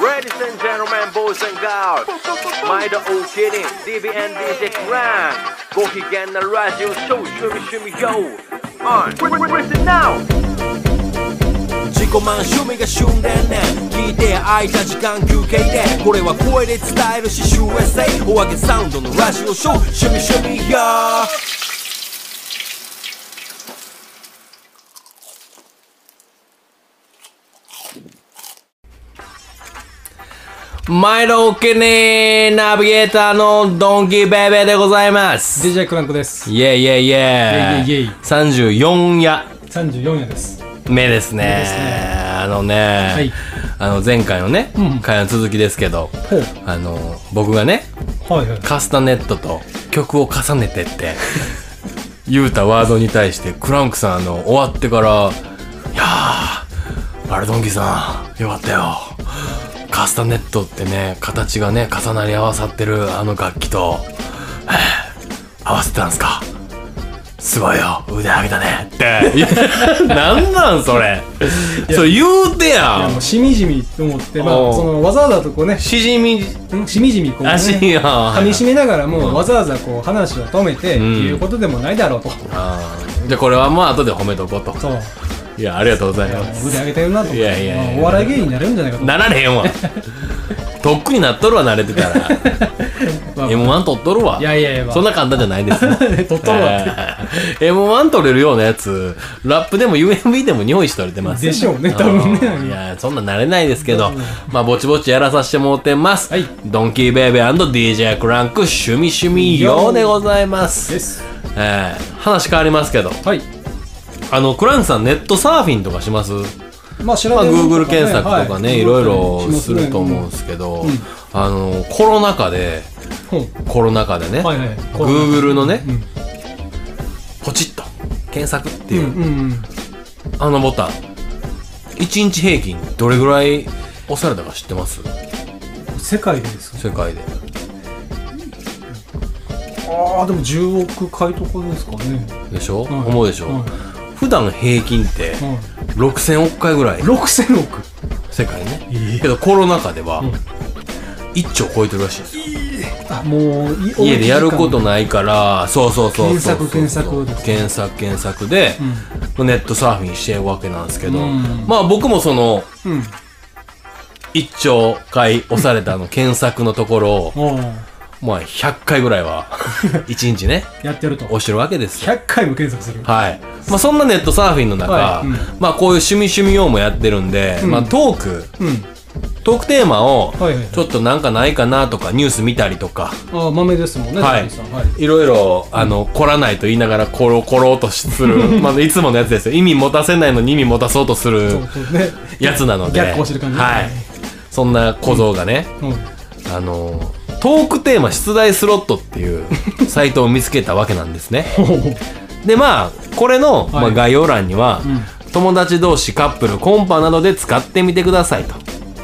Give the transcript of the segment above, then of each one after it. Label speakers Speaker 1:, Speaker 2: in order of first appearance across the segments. Speaker 1: Ladies and gentlemen, boys and girls 毎度お気に DBN DJ クランご機嫌なラジオショー趣味趣味 YO On Listen now
Speaker 2: 自己満趣味が旬でね聞いて空いた時間休憩でこれは声で伝えるし USA お揚げサウンドのラジオショー趣味趣味や毎度おけねナビゲーターのドンキーベイベーでございます
Speaker 3: DJ クランクです
Speaker 2: イェイイェイイェイ
Speaker 3: イェイイェイイェイ
Speaker 2: 34夜
Speaker 3: 34夜です
Speaker 2: 目ですね
Speaker 3: ですね
Speaker 2: あのね、
Speaker 3: い
Speaker 2: あの前回のね、
Speaker 3: ん
Speaker 2: 会話の続きですけど
Speaker 3: ほう
Speaker 2: あの僕がね
Speaker 3: はいはい
Speaker 2: カスタネットと曲を重ねてって言うたワードに対してクランクさんあの終わってから「いやーバルドンキさんよかったよ」カスタネットってね形がね重なり合わさってるあの楽器と、えー合わせたんすかすごいよ腕上げたねって いやなんなんそれそれ言うてや
Speaker 3: あの
Speaker 2: ん
Speaker 3: しみじみと思ってまあ
Speaker 2: おう
Speaker 3: そのわざわざとこうね
Speaker 2: しじみ
Speaker 3: んしみじみこうね
Speaker 2: 足や
Speaker 3: 噛み締めながらもわざわざこう話を止めてっていうことでもないだろうと
Speaker 2: あーじゃあこれはまあ後で褒めとこうと
Speaker 3: そう
Speaker 2: いやありがとうございます
Speaker 3: 腕上げてるなと
Speaker 2: いやいやいや
Speaker 3: まあお笑い芸人になれるんじゃないかと
Speaker 2: なられへん わとっくになっとるわ慣れてたら
Speaker 3: まあ
Speaker 2: m 1取っとるわ
Speaker 3: いやいやいやまあ
Speaker 2: そんな簡単じゃないですよ取っ
Speaker 3: とる わって
Speaker 2: m 1取れるようなやつラップでも UMB でも日本一取れてます
Speaker 3: でしょうね多分ね
Speaker 2: うんいやそんな慣れないですけどまあぼちぼちやらさせてもらってます、
Speaker 3: はい
Speaker 2: ドンキーベイベー &DJ クランク趣味趣味ようでございます
Speaker 3: です
Speaker 2: えー話変わりますけど
Speaker 3: はい
Speaker 2: あのクランクさんネットサーフィンとかします
Speaker 3: まあ調べ
Speaker 2: まあ、
Speaker 3: るのとか
Speaker 2: Google
Speaker 3: ね
Speaker 2: 検索とかね、い、ろいろすると思うん
Speaker 3: は
Speaker 2: ですけど、あのコロナ禍で
Speaker 3: い
Speaker 2: コロナ禍でね、
Speaker 3: はいはい
Speaker 2: Google のね、
Speaker 3: うん
Speaker 2: ポチッと検索って
Speaker 3: う
Speaker 2: い
Speaker 3: ん
Speaker 2: う、
Speaker 3: うんうん
Speaker 2: あのボタン1日平均どれぐらい押されたか知ってます
Speaker 3: 世界でですか
Speaker 2: 世界で
Speaker 3: ああでも10億回とかですかね
Speaker 2: でしょ、
Speaker 3: ん
Speaker 2: 思うでしょ、
Speaker 3: うん
Speaker 2: 普段平均って
Speaker 3: うん
Speaker 2: 6000億回ぐらい
Speaker 3: 6000億
Speaker 2: 世界ね、
Speaker 3: ええ
Speaker 2: けどコロナ禍では1兆超えてるらしいですよ
Speaker 3: あもうい
Speaker 2: 家でやることないからそうそうそうそうそう
Speaker 3: 検索検索ですね
Speaker 2: 検索検索で、ネットサーフィンしてるわけなんですけど、
Speaker 3: うん
Speaker 2: まあ僕もその
Speaker 3: うん
Speaker 2: 一兆回押されたあの 検索のところを
Speaker 3: おう
Speaker 2: まあ100回ぐらい は一日ね
Speaker 3: やってると
Speaker 2: 押してるわけですよ
Speaker 3: 100回も検索する
Speaker 2: はいまあそんなネットサーフィンの中、
Speaker 3: はいうん
Speaker 2: まあこういう趣味趣味用もやってるんで、
Speaker 3: うん
Speaker 2: まあトーク
Speaker 3: うん
Speaker 2: トークテーマを
Speaker 3: はいはい
Speaker 2: ちょっとなんかないかなとかニュース見たりとか
Speaker 3: ああ豆ですもんね
Speaker 2: は
Speaker 3: 高
Speaker 2: い
Speaker 3: 木さんはい、
Speaker 2: いろいろ、あの、凝らないと言いながら、コロコロとす る、まあ、いつものやつですよ。意味持たせないのに意味持たそうとする
Speaker 3: そうそうね
Speaker 2: やつなので。
Speaker 3: 逆行してる感じ
Speaker 2: はい。そんな小僧がね、
Speaker 3: うん
Speaker 2: あの、トークテーマ出題スロットって いうサイトを見つけたわけなんですね。で、まあ、これの、まあ、
Speaker 3: はい
Speaker 2: 概要欄には、
Speaker 3: ん
Speaker 2: 友達同士、カップル、コンパなどで使ってみてくださいと。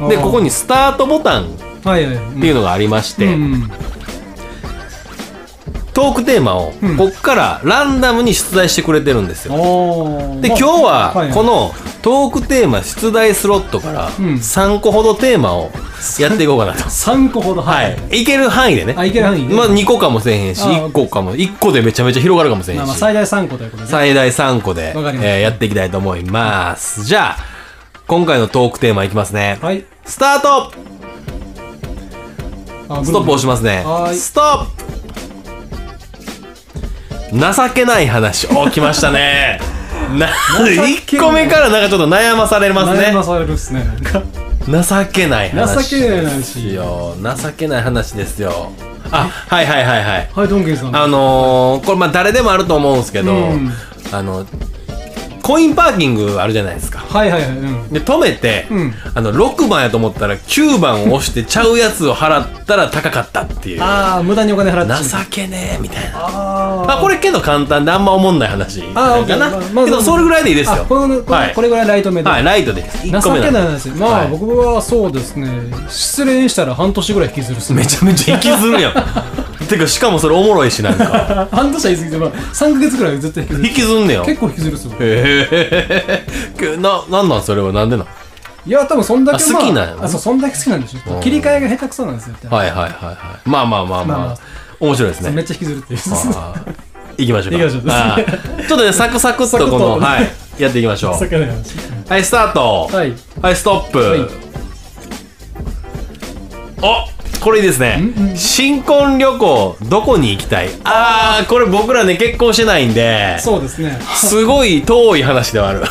Speaker 2: で、
Speaker 3: あー
Speaker 2: ここにスタートボタンっ
Speaker 3: はいはいって
Speaker 2: いうのがありまして、
Speaker 3: うんうん
Speaker 2: トークテーマを、
Speaker 3: うん
Speaker 2: こっからランダムに出題してくれてるんですよ。
Speaker 3: おー
Speaker 2: で、今
Speaker 3: まあ
Speaker 2: 日
Speaker 3: はい
Speaker 2: は、
Speaker 3: い
Speaker 2: このトークテーマ出題スロットから
Speaker 3: ん
Speaker 2: 3個ほどテーマをやっていこうか なと。
Speaker 3: 3個ほど
Speaker 2: は。
Speaker 3: はい
Speaker 2: いける範囲でね。
Speaker 3: あいける範囲で
Speaker 2: まあ2個かもせえへんし、
Speaker 3: あー
Speaker 2: 1個かも、1個でめちゃめちゃ広がるかもせえへ
Speaker 3: まあ
Speaker 2: ん
Speaker 3: まあ
Speaker 2: し。
Speaker 3: 最大3個ということでね
Speaker 2: 最大3個で、え
Speaker 3: わかりました
Speaker 2: ーやっていきたいと思います。じゃあ、今回のトークテーマいきますね。
Speaker 3: はい
Speaker 2: スタート
Speaker 3: あ
Speaker 2: ストップ押しますね
Speaker 3: は。ーい
Speaker 2: ストップ情けない話。お、来ました ね。な、1個目からなんかちょっと悩まされますね
Speaker 3: 悩。まされるっすねなんか
Speaker 2: 情けない話。
Speaker 3: 情けない話
Speaker 2: ですよ。情けない話ですよ。あ、はいはいはいはい。
Speaker 3: はいドンケンさん
Speaker 2: あのー、これまあ誰でもあると思うんですけど、
Speaker 3: うん
Speaker 2: あの、コインパーキングあるじゃないですか。
Speaker 3: はいはいはいうん
Speaker 2: で、止めて、
Speaker 3: うん
Speaker 2: あの、6番やと思ったら9番を押してちゃうやつを払ったら高かったっていう。
Speaker 3: ああ無駄にお金払ってしまう
Speaker 2: 情けねえみたいな
Speaker 3: あ
Speaker 2: あこれけど簡単であんま思んない話
Speaker 3: あー
Speaker 2: かな、
Speaker 3: オッケーまあまあ
Speaker 2: けどそれぐらいでいいですよ
Speaker 3: あこのこの
Speaker 2: はい
Speaker 3: これぐらいライト目で、
Speaker 2: はいライトです
Speaker 3: 情
Speaker 2: 1個目
Speaker 3: けない
Speaker 2: なんで
Speaker 3: 話まあ、
Speaker 2: はい
Speaker 3: 僕はそうですね失恋したら半年ぐらい引きずるっすね
Speaker 2: めちゃめちゃ息ずるや んてかしかもそれおもろいしなんか
Speaker 3: 半年は言い過ぎて、まあ、3ヶ月ぐらいはずっと引きず る
Speaker 2: 息ずんねや
Speaker 3: 結構引きずるっすよ
Speaker 2: へえななんなんそれはなんでなん
Speaker 3: いや、多分そんだけ、
Speaker 2: あ好きなんやろ
Speaker 3: あ、そう、そんだけ好きなんでし
Speaker 2: う
Speaker 3: ょ。
Speaker 2: ん
Speaker 3: 切り替えが下手くそなんですよ。
Speaker 2: はいはいはいはい。まあまあまあまあ。
Speaker 3: まあまあ
Speaker 2: 面白いです
Speaker 3: めっ
Speaker 2: ね。
Speaker 3: ちゃ引きずるっていう。
Speaker 2: あー行きましょうか。
Speaker 3: 行きましょう
Speaker 2: あーちょっとね、サクサクっとこの、
Speaker 3: サクッと
Speaker 2: はい、やっていきましょ う。
Speaker 3: 魚の話。
Speaker 2: はい、スタート。
Speaker 3: はい。
Speaker 2: はい、ストップ。
Speaker 3: い
Speaker 2: おこれいいですね。新婚旅行、どこに行きたいあー、これ僕らね、結婚してないんで、
Speaker 3: そうですね。
Speaker 2: すごい遠い話ではある。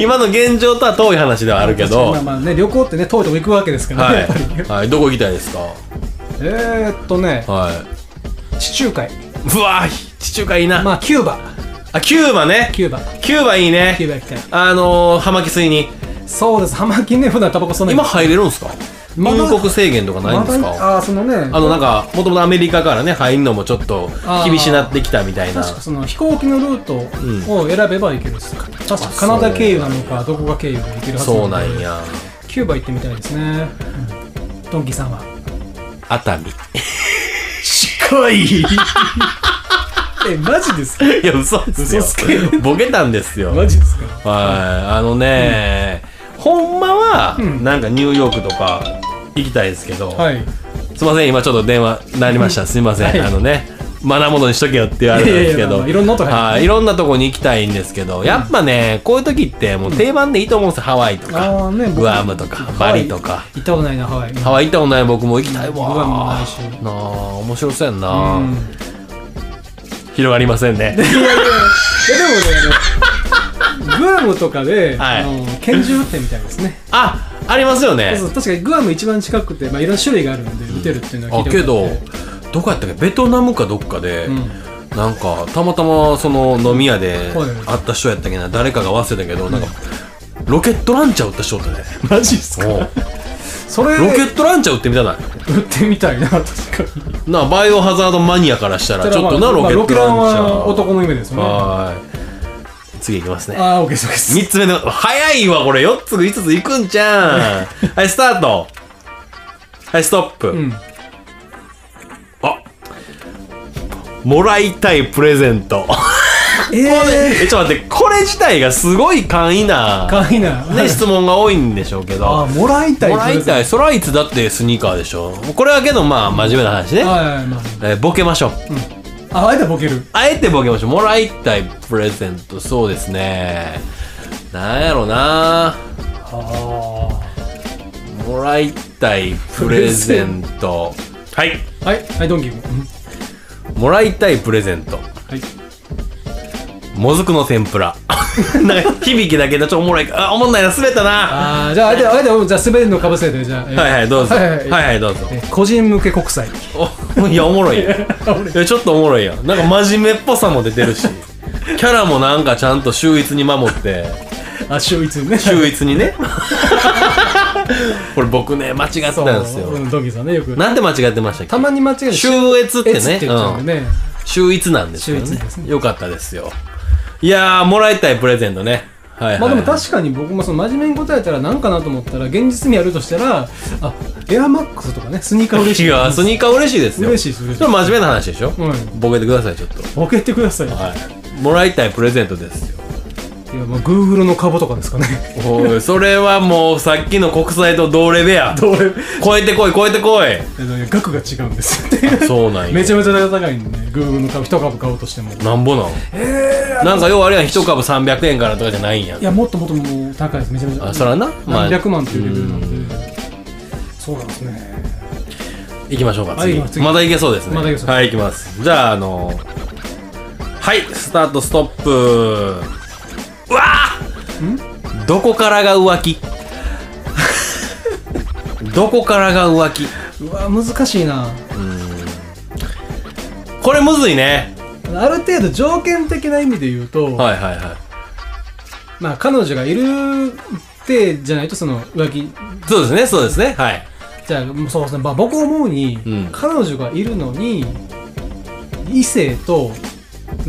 Speaker 2: 今の現状とは遠い話 ではあるけど
Speaker 3: まあ、まあね、旅行ってね、遠いとこ行くわけですからね、
Speaker 2: は
Speaker 3: やっぱり。
Speaker 2: い、はい、どこ行きたいですか
Speaker 3: えーっとね、
Speaker 2: は
Speaker 3: 地中海。
Speaker 2: い。うわー、地中海いいな。
Speaker 3: まあ、キューバ。
Speaker 2: あ、キューバね。
Speaker 3: キューバ。
Speaker 2: キューバいい
Speaker 3: キュー
Speaker 2: ね。
Speaker 3: バ行きたい。
Speaker 2: あのー、葉巻水に。
Speaker 3: そうです。ハマキンね、普段タバコそんなに
Speaker 2: 今入れるんですか
Speaker 3: まだ
Speaker 2: 入国制限とかないんです
Speaker 3: ま
Speaker 2: か
Speaker 3: だあー、そのね、
Speaker 2: あのなんか、もともとアメリカからね、入るのもちょっと
Speaker 3: あー
Speaker 2: 厳しなってきたみたいな。
Speaker 3: 確かその飛行機のルートを選べば行けるっす、確かカナダ経由なのかどこが経由で行けるはず
Speaker 2: そう
Speaker 3: の
Speaker 2: な
Speaker 3: で
Speaker 2: んや。
Speaker 3: キューバ行ってみたいですね、うんドンキさんは
Speaker 2: 熱海。近 いい
Speaker 3: えマジですか
Speaker 2: や、嘘ですよ
Speaker 3: 嘘つけ。
Speaker 2: ボケたんですよ。
Speaker 3: マジですか
Speaker 2: はい、あのね、ほんまは、なんかニューヨークとか行きたいですけど、
Speaker 3: はい
Speaker 2: すいません、今ちょっと電話なりました。すいません、
Speaker 3: はい
Speaker 2: あのね、マナーモードにしとけよって言われたんですけ
Speaker 3: いやいやまあ
Speaker 2: ど、
Speaker 3: まあいろんなとこ
Speaker 2: は
Speaker 3: 入
Speaker 2: いいろんなとこに行きたいんですけど、やっぱね、こういう時ってもう定番でいいと思うんですよ。ハワイと
Speaker 3: あ
Speaker 2: か、
Speaker 3: ーね僕
Speaker 2: グアムとか、バリとか。
Speaker 3: 行ったことないなハワイ
Speaker 2: ハワイ行ったことない僕も行きたいわ。
Speaker 3: グアムもないし
Speaker 2: なあ、面白そうやんな、
Speaker 3: うん
Speaker 2: 広がりませんね。
Speaker 3: いやいやいやでもねあのグアムとかで、
Speaker 2: はい
Speaker 3: あの拳銃撃ってみたいですね
Speaker 2: あ、ありますよね。
Speaker 3: そう確かにグアム一番近くて、まあ、いろんな種類があるんで撃てるっていうのは聞
Speaker 2: あ
Speaker 3: いて
Speaker 2: けどどこやったっけベトナムかどっかで、なんかたまたまその飲み屋で
Speaker 3: はい
Speaker 2: 会った人やったっけな誰かが忘れたけど、なんかロケットランチャー売った人おってね
Speaker 3: マジです
Speaker 2: おう
Speaker 3: それ
Speaker 2: ロケットランチャー売ってみたない
Speaker 3: 撃ってみたいな確かに
Speaker 2: なあバイオハザードマニアからした らちょっとな、ロケ
Speaker 3: まあ
Speaker 2: ットランチャー
Speaker 3: ロケランは男の夢ですよねあ
Speaker 2: はーい次いきますね
Speaker 3: あー OK です OK です
Speaker 2: 3つ目の早いわこれ4つ5ついくんじゃんはいスタートはいストップ、
Speaker 3: ん
Speaker 2: あもらいたいプレゼン ト
Speaker 3: ええ
Speaker 2: えちょっと待ってこれ自体がすごい簡易な、
Speaker 3: かわいいな
Speaker 2: ね、質問が多いんでしょうけ
Speaker 3: あ
Speaker 2: ど
Speaker 3: もらいたい
Speaker 2: もらいたいそれはいつだってスニーカーでしょこれはけどまあ真面目な話ね、
Speaker 3: はいはいまあ
Speaker 2: えーボケましょう、
Speaker 3: ああえてボケる
Speaker 2: あえてボケましょうもらいたいプレゼントそうですねなんやろな
Speaker 3: は
Speaker 2: もらいたいプレゼント。はい。
Speaker 3: あはいはいドンキーもうん
Speaker 2: もらいたいプレゼント。
Speaker 3: はい
Speaker 2: もずくの天ぷ ら。なんか響きだけでちょっとおもろいか。あ、おもんないな、滑ったな。
Speaker 3: あーじゃああえてあえてじゃあ滑るのかぶせてじゃあえー
Speaker 2: はいはい、どうぞ。は
Speaker 3: はいい
Speaker 2: は、
Speaker 3: はいい
Speaker 2: どうぞ。
Speaker 3: えー個人向け国際
Speaker 2: おいや、おもろいよ。いやちょっとおもろいよ。なんか真面目っぽさも出てるし。キャラもなんかちゃんと秀逸に守って、
Speaker 3: あ秀逸ね
Speaker 2: 秀逸に ね。これ僕ね、間違ってたんです
Speaker 3: う
Speaker 2: よ。
Speaker 3: んドンキーさんねよく
Speaker 2: なんで間違ってましたったけ
Speaker 3: まに間違える
Speaker 2: 秀逸ってね
Speaker 3: 秀言っちゃうんでね
Speaker 2: 秀逸なんですよ
Speaker 3: 秀
Speaker 2: ね
Speaker 3: 逸ですね
Speaker 2: よかったですよいやーもらいたいプレゼントねはいはい、
Speaker 3: まあでも確かに僕もその真面目に答えたら何かなと思ったら現実にやるとしたらあエアマックスとかねスニーカー嬉しい
Speaker 2: いやースニーカー嬉しいですよ
Speaker 3: 嬉しいです嬉しい
Speaker 2: それ真面目な話でしょ、
Speaker 3: うん
Speaker 2: ボケてくださいちょっと
Speaker 3: ボケてください
Speaker 2: はいもらいたいプレゼントですよ
Speaker 3: いや、まあ、Google の株とかですかね。
Speaker 2: おいそれはもうさっきの国債と同レベや
Speaker 3: どれ、
Speaker 2: 超えてこい超えてこい
Speaker 3: あの額が違うんです よ。
Speaker 2: そうなんや
Speaker 3: めちゃめちゃ高いんで、Google の株、一株買おうとしても。い
Speaker 2: なんぼなんなんかようあれやん1株300円からとかじゃないんや
Speaker 3: や、もっともっともう高いです。めちゃめちゃ。
Speaker 2: あそらなまあ
Speaker 3: 何百万というレベルなんで。そうなんですね。
Speaker 2: 行きましょうか
Speaker 3: はい
Speaker 2: 次
Speaker 3: 行きます次
Speaker 2: まだ行けそうですね
Speaker 3: まだ行けそう
Speaker 2: はい行きますじゃああのはいスタートストップうわーどこからが浮 気どこからが浮気
Speaker 3: うわ、難しいな。
Speaker 2: これむずいね
Speaker 3: ある程度条件的な意味で言うと、
Speaker 2: はいはいはい
Speaker 3: まあ、彼女がいるって、じゃないと、その、浮気。
Speaker 2: そうですねそうですねはい
Speaker 3: じゃあ、もうそうですね。まあ、僕思うに、
Speaker 2: うん
Speaker 3: 彼女がいるのに、異性と、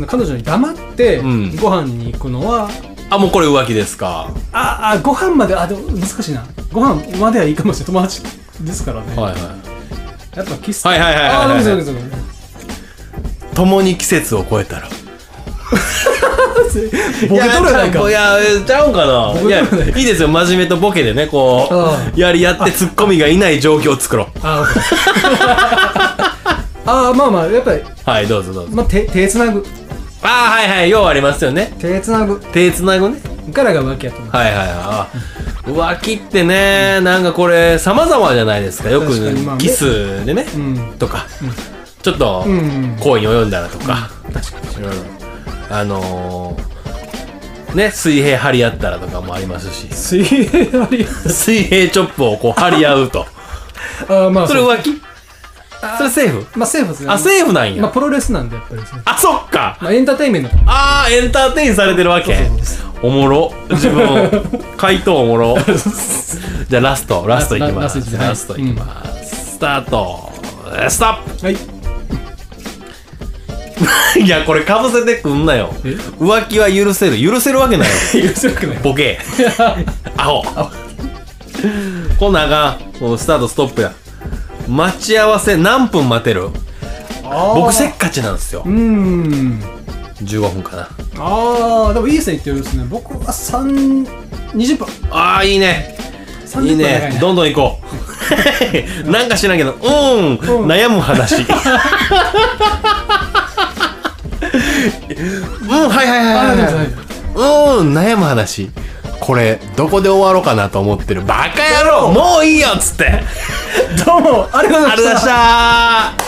Speaker 3: 彼女に黙って
Speaker 2: うん
Speaker 3: ご飯に行くのは、
Speaker 2: あもうこれ浮気ですか
Speaker 3: ああご飯まであでも難しいなご飯まではいいかもしれない友達ですからね、
Speaker 2: はいはい
Speaker 3: やっぱキス
Speaker 2: はいはいはいはいはい
Speaker 3: あーそうですそうですそうです
Speaker 2: 共に季節を越えたら
Speaker 3: ボケ取れないか
Speaker 2: いやちゃういやちゃうんかな
Speaker 3: ボケ取れないか
Speaker 2: いやいいですよ真面目とボケでねこ
Speaker 3: あ
Speaker 2: うやり合ってツッコミがいない状況を作ろう
Speaker 3: あ あーまあまあやっぱり、
Speaker 2: はいどうぞどうぞ
Speaker 3: まあ、手手つなぐ
Speaker 2: ああはいはいようありますよね
Speaker 3: 手つなぐ
Speaker 2: 手つなぐね
Speaker 3: からが浮気やと思う
Speaker 2: はいはいはいあ浮気ってねなんかこれ様々じゃないですかよく
Speaker 3: 確かにまあ
Speaker 2: キスでね
Speaker 3: うん
Speaker 2: とかちょっと
Speaker 3: うん
Speaker 2: 恋に及んだらとか
Speaker 3: 確かに
Speaker 2: いろいろあのーね水平張り合ったらとかもありますし
Speaker 3: 水平あり
Speaker 2: 水平チョップをこう張り合う と
Speaker 3: あーまあ
Speaker 2: それ
Speaker 3: う
Speaker 2: 浮気それセーフ
Speaker 3: まあセーフですね
Speaker 2: あセーフなんや、
Speaker 3: まあプロレスなんでやっぱりですね
Speaker 2: あそっか
Speaker 3: まあエンターテインメント
Speaker 2: ああエンターテインされてるわけ
Speaker 3: そうそ
Speaker 2: おもろ自 分回答おもろじゃあラストラストいきます
Speaker 3: ラスト
Speaker 2: ラストいきます、スタートストッ
Speaker 3: はい
Speaker 2: プいやこれかぶせてくんなよ
Speaker 3: え
Speaker 2: 浮気は許せる許せるわけないよ
Speaker 3: 許せるく ない
Speaker 2: ボケア ホこんなんあかんもうスタートストップや待ち合わせ何分待てる僕せっかちなんですよ
Speaker 3: うーん
Speaker 2: 15分かな
Speaker 3: ああでもいい線いってるんですね僕は3 20分
Speaker 2: ああいいね
Speaker 3: 30分
Speaker 2: いい
Speaker 3: 長い
Speaker 2: ね
Speaker 3: ね
Speaker 2: どんどん行こ うなんか知らんけどうーん
Speaker 3: うん
Speaker 2: 悩む話 うんはいはい
Speaker 3: あ
Speaker 2: は
Speaker 3: あ
Speaker 2: い
Speaker 3: で
Speaker 2: はい
Speaker 3: もな
Speaker 2: はい
Speaker 3: いう
Speaker 2: ーん悩む話これどこで終わろうかなと思ってるバカ野郎もういいよっつって
Speaker 3: どうもありがとう
Speaker 2: あ
Speaker 3: ございま
Speaker 2: りが
Speaker 3: し
Speaker 2: とうござい
Speaker 3: た
Speaker 2: ました